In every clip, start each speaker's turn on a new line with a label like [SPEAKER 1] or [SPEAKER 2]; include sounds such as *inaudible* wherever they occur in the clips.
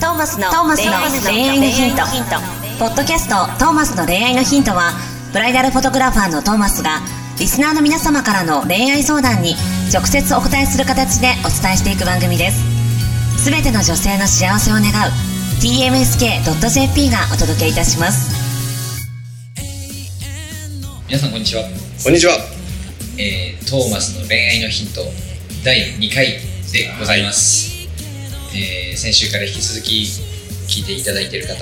[SPEAKER 1] トーマスの恋愛のヒントポッドキャスト「トーマスの恋愛のヒントは」ブライダルフォトグラファーのトーマスがリスナーの皆様からの恋愛相談に直接お答えする形でお伝えしていく番組ですすべての女性の幸せを願う tmsk.jp がお届けいたします
[SPEAKER 2] 皆さんこんにちは、
[SPEAKER 3] こんにちは。
[SPEAKER 2] えー、トーマスの恋愛のヒント第2回でございます、えー先週から引き続き聞いていただいている方、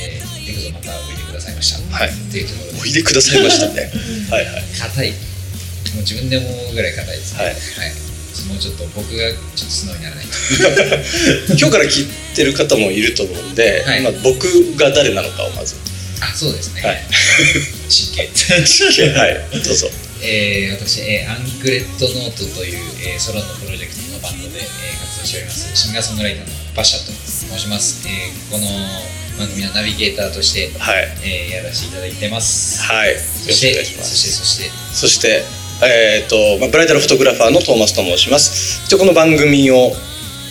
[SPEAKER 2] えー、どうぞまたおいでくださいました
[SPEAKER 3] はい
[SPEAKER 2] というところで
[SPEAKER 3] おいでくださいました *laughs* ね。はいはい。
[SPEAKER 2] 硬いもう自分で思うぐらい硬いですね
[SPEAKER 3] はい
[SPEAKER 2] もうちょっと僕がちょっと素直にならないと
[SPEAKER 3] 今日から聞いてる方もいると思うんで、
[SPEAKER 2] はい
[SPEAKER 3] まあ僕が誰なのかをまず。
[SPEAKER 2] あそうですね、
[SPEAKER 3] *laughs* はい。
[SPEAKER 2] 失敬
[SPEAKER 3] はい。どうぞ。
[SPEAKER 2] えー私、えーアンクレットノートという、えーソロのプロジェクトのバンドで、えー活動しておりますシンガーソングライターのバシャと申します、えーこの番組のナビゲーターとして、
[SPEAKER 3] はい。
[SPEAKER 2] えーやらせていただいてます
[SPEAKER 3] はい。よろ
[SPEAKER 2] そ
[SPEAKER 3] し
[SPEAKER 2] し
[SPEAKER 3] くお
[SPEAKER 2] て
[SPEAKER 3] 願いしま
[SPEAKER 2] そ
[SPEAKER 3] す。
[SPEAKER 2] してそして
[SPEAKER 3] そして、えっ、と、まあ、ブライダルフォトグラファーのトーマスと申します。一応この番組を、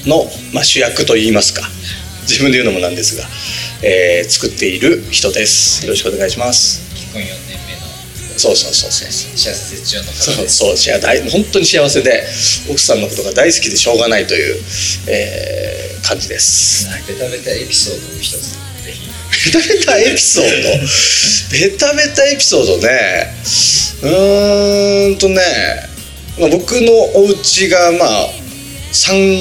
[SPEAKER 3] の、まあ、主役と言いますか。自分で言うのもなんですが、えー、作っている人です。よろしくお願いします。
[SPEAKER 2] 結婚4年目の
[SPEAKER 3] そうそうそうそ
[SPEAKER 2] 幸
[SPEAKER 3] う。
[SPEAKER 2] せ絶頂の
[SPEAKER 3] そ
[SPEAKER 2] 方
[SPEAKER 3] う
[SPEAKER 2] です
[SPEAKER 3] そう幸せ大本当に幸せで奥さんのことが大好きでしょうがないという、えー感じです
[SPEAKER 2] ベタベタエピソードの一つぜひ
[SPEAKER 3] ベタベタエピソードベタベタエピソードねうーんとね、まあ、僕のお家がまあ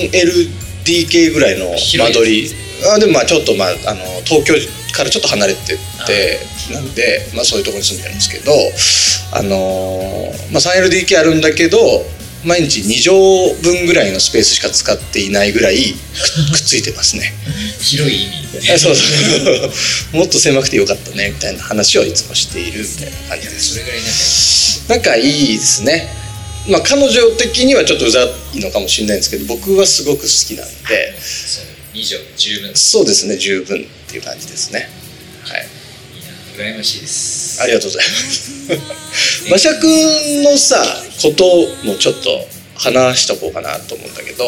[SPEAKER 3] 3LDK ぐらいの間取りあでもまあちょっと、まあ、あの東京からちょっと離れてってなんで、まあ、そういうところに住んでるんですけど、あのーまあ、3LDK あるんだけど毎日2畳分ぐらいのスペースしか使っていないぐらいくくっついてますね。
[SPEAKER 2] 広い意味
[SPEAKER 3] あそうそう *laughs* もっと狭くてよかったねみたいな話をいつもしているみたいな感じです
[SPEAKER 2] それぐらい仲良
[SPEAKER 3] 仲いいですねまあ彼女的にはちょっとうざいのかもしれないんですけど僕はすごく好きなんで
[SPEAKER 2] くそう以上十分いい
[SPEAKER 3] そうですね十分っていう感じですねはい
[SPEAKER 2] な羨ましいです
[SPEAKER 3] ありがとうございます。馬車くんのさこともちょっと話しとこうかなと思うんだけど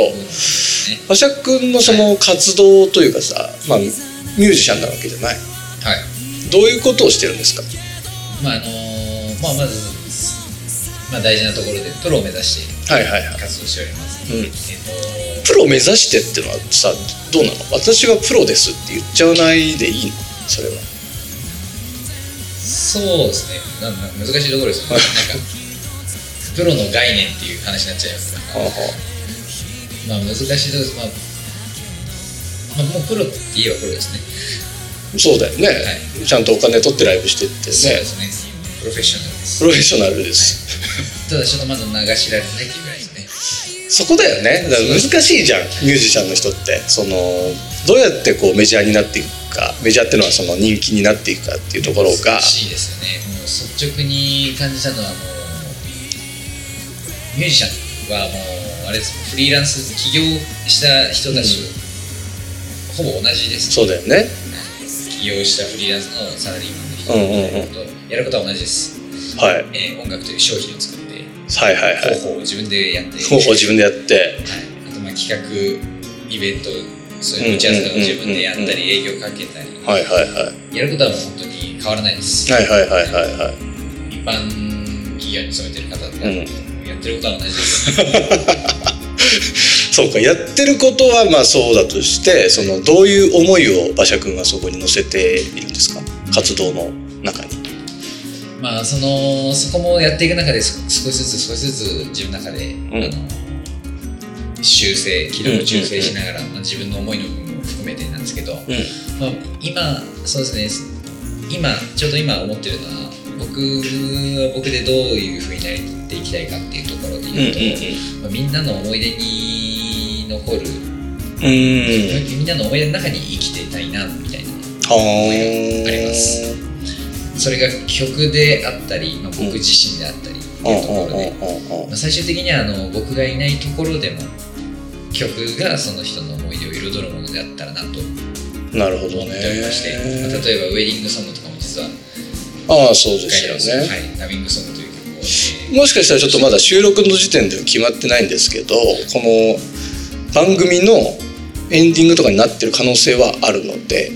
[SPEAKER 3] 馬車くんのその活動というかさ、まあ、ミュージシャンなわけじゃない
[SPEAKER 2] はい
[SPEAKER 3] どういうことをしてるんですか
[SPEAKER 2] まああのーまあ、まず、まあ、大事なところでプロを目指して
[SPEAKER 3] はいはいはい、
[SPEAKER 2] 活動しております、
[SPEAKER 3] うん、
[SPEAKER 2] えっ
[SPEAKER 3] プロ目指してってのはさどうなの私はプロですって言っちゃわないでいいのそれは
[SPEAKER 2] とそうですねなんなん難しいところですよねなんかプロの概念っていう話になっちゃいますから、まあ、難しいところです、まあまあ、もうプロって言えばプロですね
[SPEAKER 3] そうだよね、
[SPEAKER 2] は
[SPEAKER 3] ちゃんとお金取ってライブしてって
[SPEAKER 2] そうで
[SPEAKER 3] ね
[SPEAKER 2] すねプロフェッショナルです
[SPEAKER 3] プ
[SPEAKER 2] ただ
[SPEAKER 3] ロフェッショナルです、
[SPEAKER 2] ちょっとまだ流しられてないっていうぐらいですね
[SPEAKER 3] そこだよねだから難しいじゃんミュージシャンの人ってそのどうやってこうメジャーになっていくかメジャーってのはその人気になっていくかっていうところ
[SPEAKER 2] 難
[SPEAKER 3] が
[SPEAKER 2] しいですよねもう率直に感じたのはもうミュージシャンはもうあれですフリーランス起業した人たちと、ほぼ同じです
[SPEAKER 3] そうだよね
[SPEAKER 2] 起業したフリーランスのサラリー
[SPEAKER 3] う
[SPEAKER 2] マ
[SPEAKER 3] ん
[SPEAKER 2] ンの
[SPEAKER 3] うんうん
[SPEAKER 2] 人とやることは同じです、
[SPEAKER 3] はいはい
[SPEAKER 2] えー音楽という商品を作って
[SPEAKER 3] はいはい
[SPEAKER 2] 方法を自分でやって、
[SPEAKER 3] 方法自分でやって
[SPEAKER 2] はいあとまあ企画イベントそういう打ち合わせとかを自分でやった
[SPEAKER 3] うんうん
[SPEAKER 2] り営業かけたり
[SPEAKER 3] はいはいはい
[SPEAKER 2] やることはもう本当に変わらないです、
[SPEAKER 3] はいはいはいはいはい
[SPEAKER 2] 一般企業に勤めてる方とか、
[SPEAKER 3] うん
[SPEAKER 2] やってることは同じです *laughs* よ
[SPEAKER 3] そうかやってることはまあそうだとしてそのどういう思いを馬車くんはそこに乗せているんですか活動の中に。
[SPEAKER 2] まあそのそこもやっていく中で少少しずつ少しずつ自分の中で、
[SPEAKER 3] ん
[SPEAKER 2] あの修正軌道を修正しながら、まあ、自分の思いの部分も含めてなんですけど、
[SPEAKER 3] うん
[SPEAKER 2] まあ、今そうですね今ちょうど今思ってるのは僕は僕でどういうふうになっていきたいかっていうところで
[SPEAKER 3] うんうん
[SPEAKER 2] 言うと、まあ、みんなの思い出に残る、
[SPEAKER 3] うんうん
[SPEAKER 2] みんなの思い出の中に生きてたいなみたいな
[SPEAKER 3] はー
[SPEAKER 2] ありますそれが曲であったり、まあ、僕自身であったりって
[SPEAKER 3] うん
[SPEAKER 2] いうところで、
[SPEAKER 3] うんうんうんうん
[SPEAKER 2] まあ、最終的にはあの僕がいないところでも曲がその人の思い出を彩るものであったらなと思って
[SPEAKER 3] なるほ
[SPEAKER 2] お
[SPEAKER 3] どね
[SPEAKER 2] りまして、まあ、例えばウェディングソングとかも実は
[SPEAKER 3] ああそうで
[SPEAKER 2] ガイ
[SPEAKER 3] す
[SPEAKER 2] ドの、
[SPEAKER 3] よ
[SPEAKER 2] は
[SPEAKER 3] ね。
[SPEAKER 2] い、ダビングソングという曲を、えー
[SPEAKER 3] もしかしたらちょっとまだ収録の時点では決まってないんですけどこの番組のエンディングとかになってる可能性はあるので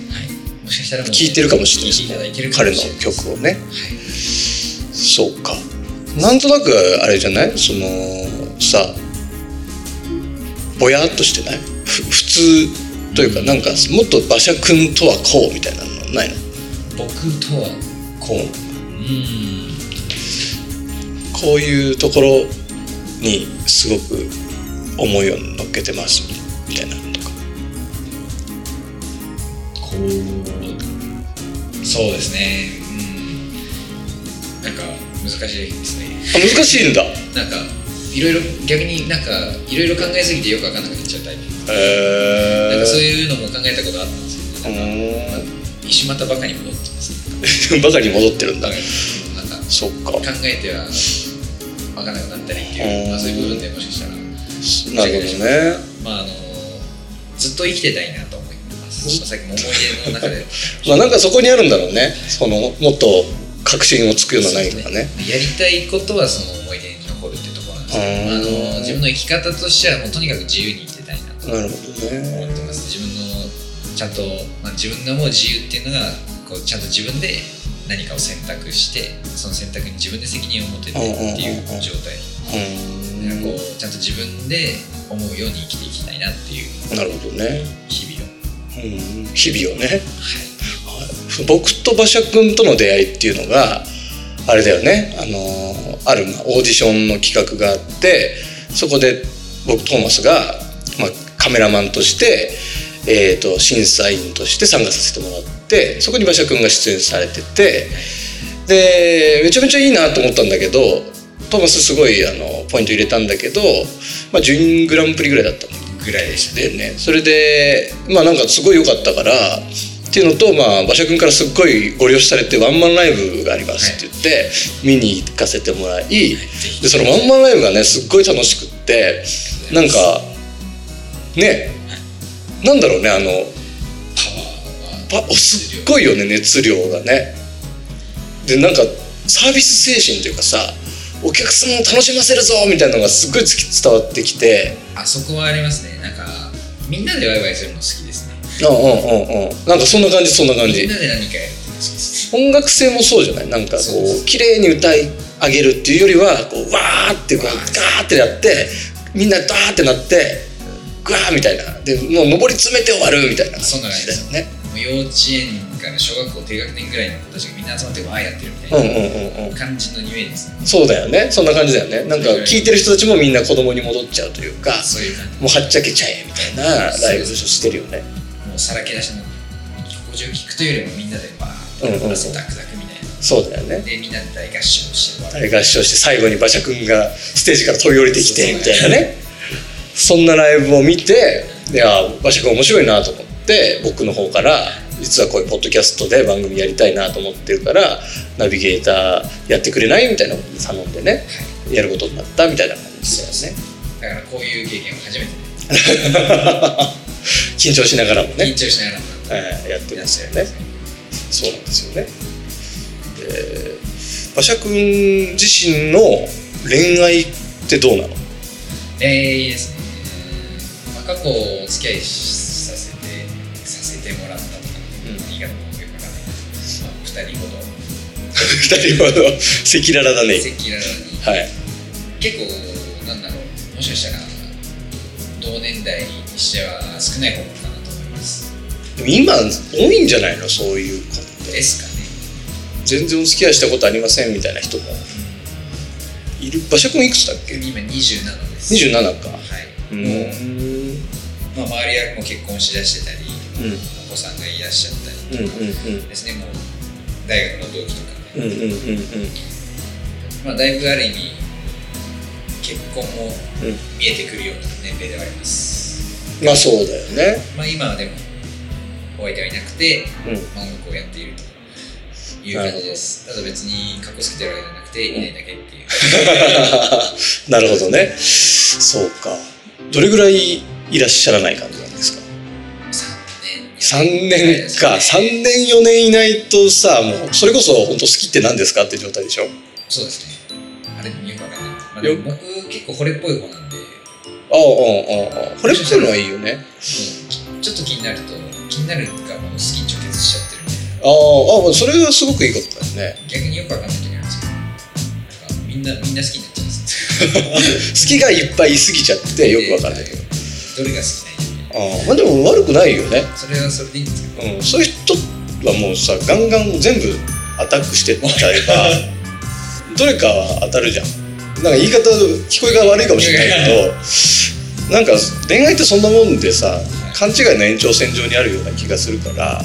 [SPEAKER 2] もしかしたらもう
[SPEAKER 3] 聴いてるかもしれ
[SPEAKER 2] 聴いていただ
[SPEAKER 3] ないい
[SPEAKER 2] て
[SPEAKER 3] で
[SPEAKER 2] る
[SPEAKER 3] す
[SPEAKER 2] か
[SPEAKER 3] 彼
[SPEAKER 2] も
[SPEAKER 3] の
[SPEAKER 2] しれない
[SPEAKER 3] 曲をねそうかなんとなくあれじゃないそのさぼやっとしてないふ普通というかなんかもっと馬車君とはこうみたいなのないの
[SPEAKER 2] 僕とは
[SPEAKER 3] こう
[SPEAKER 2] うん
[SPEAKER 3] こういうところにすごく思いを乗っけてますみたいなのとか
[SPEAKER 2] こうそうですねうんなんか難しいですね
[SPEAKER 3] あ難しいんだ
[SPEAKER 2] なんかいろいろ逆になんかいろいろ考えすぎてよく分かんなくなっちゃうタイプ
[SPEAKER 3] へ
[SPEAKER 2] なんかそう
[SPEAKER 3] *laughs* え
[SPEAKER 2] いうのも考えたことあったんですけど、なんか一瞬またバカに戻ってますね
[SPEAKER 3] うーんバカに戻ってるんだ
[SPEAKER 2] バカになんか
[SPEAKER 3] そっか
[SPEAKER 2] 考えては分かんなくなったりっていう、まあ、そういう部分でもしかしたら
[SPEAKER 3] なるほどね
[SPEAKER 2] まああのずっと生きてたいなと思います、まあ、さっきも思い出の中で
[SPEAKER 3] まあなんか *laughs* そこにあるんだろうねそのもっと確信をつくような何かね
[SPEAKER 2] やりたいことはその思い出に残るってところなんですけ
[SPEAKER 3] う
[SPEAKER 2] ど
[SPEAKER 3] ん
[SPEAKER 2] あの自分の生き方としてはもうとにかく自由に生きてたいなと
[SPEAKER 3] なるほど
[SPEAKER 2] 思
[SPEAKER 3] ね
[SPEAKER 2] ってます自分のちゃんと、まあ、自分がもう自由っていうのがこうちゃんと自分で何かを選択してその選択に自分で責任を持ててっていう
[SPEAKER 3] うんうんうんうん
[SPEAKER 2] 状態
[SPEAKER 3] うーん
[SPEAKER 2] こうちゃんと自分で思うように生きていきたいなっていう
[SPEAKER 3] なるほどね
[SPEAKER 2] 日々を
[SPEAKER 3] うん日々をね
[SPEAKER 2] はい
[SPEAKER 3] 僕と馬車君との出会いっていうのがあれだよねあのあるまあオーディションの企画があってそこで僕トーマスが、まあ、カメラマンとして、えー、と審査員として参加させてもらってそこに馬車君が出演されててでめちゃめちゃいいなと思ったんだけどトーマスすごいあのポイント入れたんだけど、まあ、準グランプリぐらいだったの
[SPEAKER 2] ぐらいでしたね。
[SPEAKER 3] でねそれでまあなんかすごい良かったからっていうのと、まあ、馬車君からすっごいご利用しされてワンマンライブがありますって言って、見に行かせてもらい
[SPEAKER 2] ぜひ
[SPEAKER 3] でそのワンマンライブがねすっごい楽しくってなんかねなんだろうねあのパおすっごいよね熱量がねでなんかサービス精神というかさお客さんを楽しませるぞみたいなのがすっごい突き伝わってきて。
[SPEAKER 2] あそこはありますね。なんかみんなでワイワイするの好きですね。
[SPEAKER 3] うんうんうんうんなんかそんな感じそんな感
[SPEAKER 2] みん
[SPEAKER 3] じ
[SPEAKER 2] なで何かやるってのが好きです。
[SPEAKER 3] 音楽性もそうじゃないなんかこ
[SPEAKER 2] そうそう
[SPEAKER 3] う綺麗に歌い上げるっていうよりはこうわーってこうガーってやってみんなダーってなってグワーみたいなでもう上り詰めて終わるみたいな
[SPEAKER 2] そんな
[SPEAKER 3] 感
[SPEAKER 2] 感
[SPEAKER 3] じ
[SPEAKER 2] じ
[SPEAKER 3] だ
[SPEAKER 2] で
[SPEAKER 3] よ
[SPEAKER 2] す
[SPEAKER 3] ね
[SPEAKER 2] もう幼稚園から小学校低学年ぐらいの子たちがみんな集まってワイやってるみ
[SPEAKER 3] うん
[SPEAKER 2] た
[SPEAKER 3] う
[SPEAKER 2] い
[SPEAKER 3] んうんうん
[SPEAKER 2] な感じのイメージですね。
[SPEAKER 3] そうだよねそんな感じだよねなんか聴いてる人たちもみんな子供に戻っちゃうというか
[SPEAKER 2] そういう感じ。
[SPEAKER 3] もうはっちゃけちゃえみたいなライブしてるよね
[SPEAKER 2] もうさらけ出しの補助聞くというよりもみんなでバー
[SPEAKER 3] うんうん
[SPEAKER 2] ッ
[SPEAKER 3] うん
[SPEAKER 2] と汗ダクダクみたいな。
[SPEAKER 3] そうだよね
[SPEAKER 2] でみんなで大合唱して終わる。
[SPEAKER 3] 大合唱して最後に馬車くんがステージから飛び降りてきて
[SPEAKER 2] そう
[SPEAKER 3] み
[SPEAKER 2] そう
[SPEAKER 3] たいなねそんなライブを見ていや馬車くん面白いなと思って僕の方から実はこういうポッドキャストで番組やりたいなと思ってるからナビゲーターやってくれないみたいなことで頼んでねやることになったみたいな感じですよね *laughs*
[SPEAKER 2] だからこういう経験は初めてで
[SPEAKER 3] 緊張しながらもね
[SPEAKER 2] 緊張しながらも
[SPEAKER 3] えーやって
[SPEAKER 2] や
[SPEAKER 3] ま
[SPEAKER 2] っ
[SPEAKER 3] し
[SPEAKER 2] ちゃ
[SPEAKER 3] た
[SPEAKER 2] い
[SPEAKER 3] よ
[SPEAKER 2] ま
[SPEAKER 3] ね
[SPEAKER 2] すね。
[SPEAKER 3] そうなんですよね。で馬車くん自身の恋愛ってどうなの
[SPEAKER 2] えー、いいですね、まあ、過去お付き合いしさせてさせてもらったとか、
[SPEAKER 3] うん
[SPEAKER 2] 言い方もよくわかんないですけど、まあ、2人ほど
[SPEAKER 3] 二人はあの赤裸々だね
[SPEAKER 2] 赤裸々に
[SPEAKER 3] はい
[SPEAKER 2] 結構なんだろうもしかしたら同年代にしては少ない方かなと思います
[SPEAKER 3] でも今多いんじゃないのそういう子って
[SPEAKER 2] です
[SPEAKER 3] 全然お付き合いしたことありませんみたいな人も
[SPEAKER 2] かね
[SPEAKER 3] いる馬車君いくつだっけ
[SPEAKER 2] 今27です
[SPEAKER 3] 27か
[SPEAKER 2] はい、
[SPEAKER 3] う
[SPEAKER 2] もう、
[SPEAKER 3] ん
[SPEAKER 2] まあ、周りはもう結婚しだしてたり
[SPEAKER 3] うん
[SPEAKER 2] お子さんがいらっしゃったり
[SPEAKER 3] うんうん
[SPEAKER 2] ですねもう大学の同期とかね、
[SPEAKER 3] うんうんうんうん
[SPEAKER 2] まあ、だいぶある意味結婚も
[SPEAKER 3] うんうん
[SPEAKER 2] 見えてくるような年齢ではあります、
[SPEAKER 3] まあそうだよね
[SPEAKER 2] まあ、今はでもお相手はいなくて、
[SPEAKER 3] うん
[SPEAKER 2] まあ、音楽をやっているという感じですただ別にかっこつけてるわけじゃなくていないだけっていう、
[SPEAKER 3] *laughs* なるほどねそうかどれぐらいいらっしゃらない感じなんですか
[SPEAKER 2] 3
[SPEAKER 3] 3
[SPEAKER 2] 年
[SPEAKER 3] 年か3
[SPEAKER 2] 3
[SPEAKER 3] 年4年いないとさもうそれこそ本当好きって何ですかって状態でしょ
[SPEAKER 2] そうですねあれよくわかんない、まあ、でも僕結構惚れっぽい子なんで
[SPEAKER 3] ああああああこれっぽいのはいいよね
[SPEAKER 2] あちょっと気になると気になるがもう好きに直結しちゃってるんで
[SPEAKER 3] あーあそれはすごくいいことだよね
[SPEAKER 2] 逆によくわかんない時あるんですよなんかみんなみんな好きになっちゃうんです
[SPEAKER 3] 好きがいっぱいいすぎちゃってよくわかんないけど
[SPEAKER 2] どれが好きなんやみたい
[SPEAKER 3] あーまあでも悪くないよね、
[SPEAKER 2] なそれはそれでいいんですけど
[SPEAKER 3] うん、そういう人はもうさガンガン全部アタックしてっちゃえばどれかは当たるじゃんなんか言い方聞こえが悪いかもしれないけどなんか恋愛ってそんなもんでさ勘違いの延長線上にあるような気がするから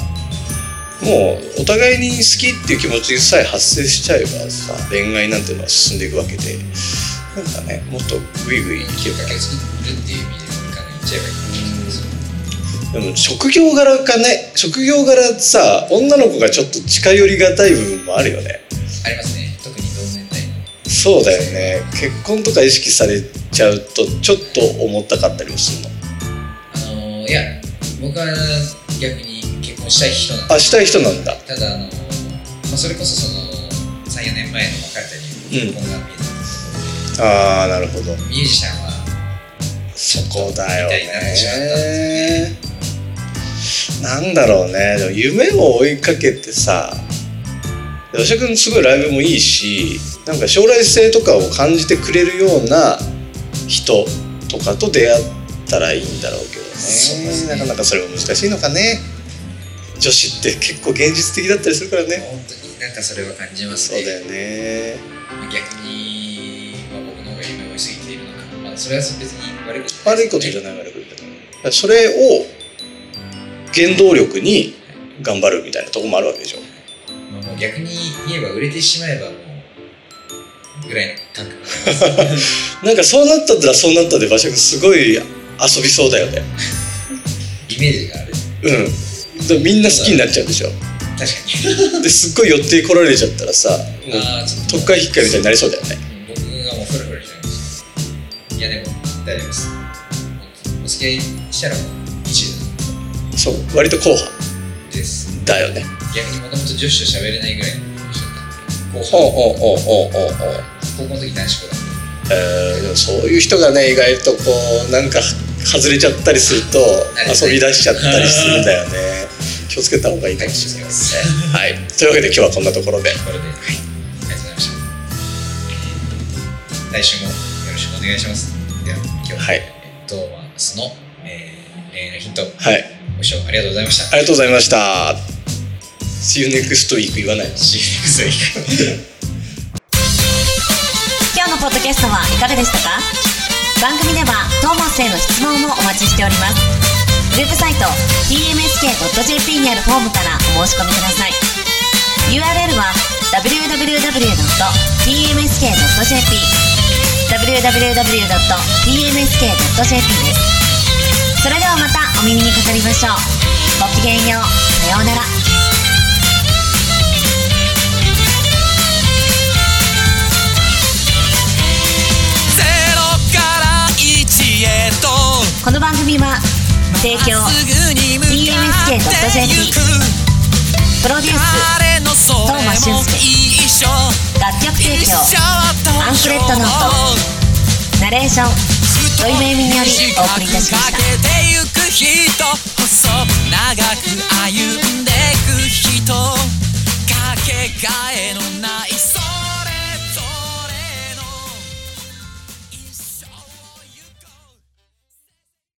[SPEAKER 3] もうお互いに好きっていう気持ちさえ発生しちゃえばさ恋愛なんてのは進んでいくわけでなんかねもっとグイグイ
[SPEAKER 2] 気をかけずるっていう意味でこれから言っちゃえばいいかもしれないです
[SPEAKER 3] でも職業柄かね職業柄さ女の子がちょっと近寄りがたい部分もあるよね
[SPEAKER 2] ありますね特に同年代の
[SPEAKER 3] そうだよね結婚とか意識されちゃうとちょっと重たかったりもするの
[SPEAKER 2] あのーいや僕は逆に結婚したい人なんで
[SPEAKER 3] あしたい人なんだ
[SPEAKER 2] ただあのー、まあ、それこそその34年前の別れた理由
[SPEAKER 3] うん
[SPEAKER 2] 婚が見えたんです
[SPEAKER 3] ああなるほど
[SPEAKER 2] けどミュージシャンは
[SPEAKER 3] そこだよ
[SPEAKER 2] みたいになってしまったんで
[SPEAKER 3] ねなんだろうねでも夢を追いかけてさ吉田君すごいライブもいいしなんか将来性とかを感じてくれるような人とかと出会ったらいいんだろうけどね
[SPEAKER 2] そうですね
[SPEAKER 3] なかなかそれも難しいのかね女子って結構現実的だったりするからね
[SPEAKER 2] 本当になんかそれは感じます
[SPEAKER 3] そう
[SPEAKER 2] ね
[SPEAKER 3] だよね
[SPEAKER 2] 逆に、まあ、僕の方が夢を追いすぎているのか、まあ、それは別に悪いこと
[SPEAKER 3] 悪いことじゃない悪いことじゃないだからそれを原動力に頑張るみたいなとこもあるわけでしょ
[SPEAKER 2] まあ、もう逆に言えば売れてしまえばもうぐらいの感覚
[SPEAKER 3] なんかそうなったらそうなったで馬車君すごい遊びそうだよね
[SPEAKER 2] イメージがある
[SPEAKER 3] うんでみんな好きになっちゃうでしょ
[SPEAKER 2] 確かに
[SPEAKER 3] ですっごい寄ってこられちゃったらさもう
[SPEAKER 2] ああちょっと
[SPEAKER 3] 特会引っかみたいになりそうだよね
[SPEAKER 2] 僕がもうフラフラしちゃいましたいやでも大丈夫ですお付き合いしたらもう一
[SPEAKER 3] そう割と後半
[SPEAKER 2] 途です
[SPEAKER 3] だよね
[SPEAKER 2] 逆にもともと女子と喋れないぐらいの人だった
[SPEAKER 3] おうん
[SPEAKER 2] で
[SPEAKER 3] おうおうおうおうおう
[SPEAKER 2] 高校の時男子校だっ
[SPEAKER 3] えーでもそういう人がね意外とこうなんか外れちゃったりすると
[SPEAKER 2] あれね
[SPEAKER 3] 遊び出しちゃったりするんだよね気をつけた方がいいかもしれないですねはいというわけで今日はこんなところで
[SPEAKER 2] たこれで、はい、ありがとうございましたえー来週もよろしくお願いしますでは今日
[SPEAKER 3] はい
[SPEAKER 2] えートーマスの、えー、恋愛のヒント
[SPEAKER 3] はい
[SPEAKER 2] ご視聴ありがとうございました
[SPEAKER 3] ありがとうございました。See you next week 言わないの
[SPEAKER 2] See you next week.
[SPEAKER 1] 今日のポッドキャストはいかがでしたか番組ではトーマスへの質問もお待ちしておりますウェブサイト tmsk.jp にあるフォームからお申し込みください URL は www.tmsk.jp www.tmsk.jp ですそれではまたお耳にかかりましょうごきげんようさようなら
[SPEAKER 4] ゼロから一へと
[SPEAKER 1] この番組は提供
[SPEAKER 4] まっすぐに向かってゆく
[SPEAKER 1] TMSK.jp プロデュース
[SPEAKER 4] 誰のそれ
[SPEAKER 1] 東間俊
[SPEAKER 4] も
[SPEAKER 1] 介
[SPEAKER 4] 一緒
[SPEAKER 1] 楽曲提
[SPEAKER 4] 一
[SPEAKER 1] 供
[SPEAKER 4] 緒と
[SPEAKER 1] アンクレットノーナレーション土井めいみによりお送りいたしました
[SPEAKER 4] かけてゆく人細く長く歩んでく人かけがえのないそれ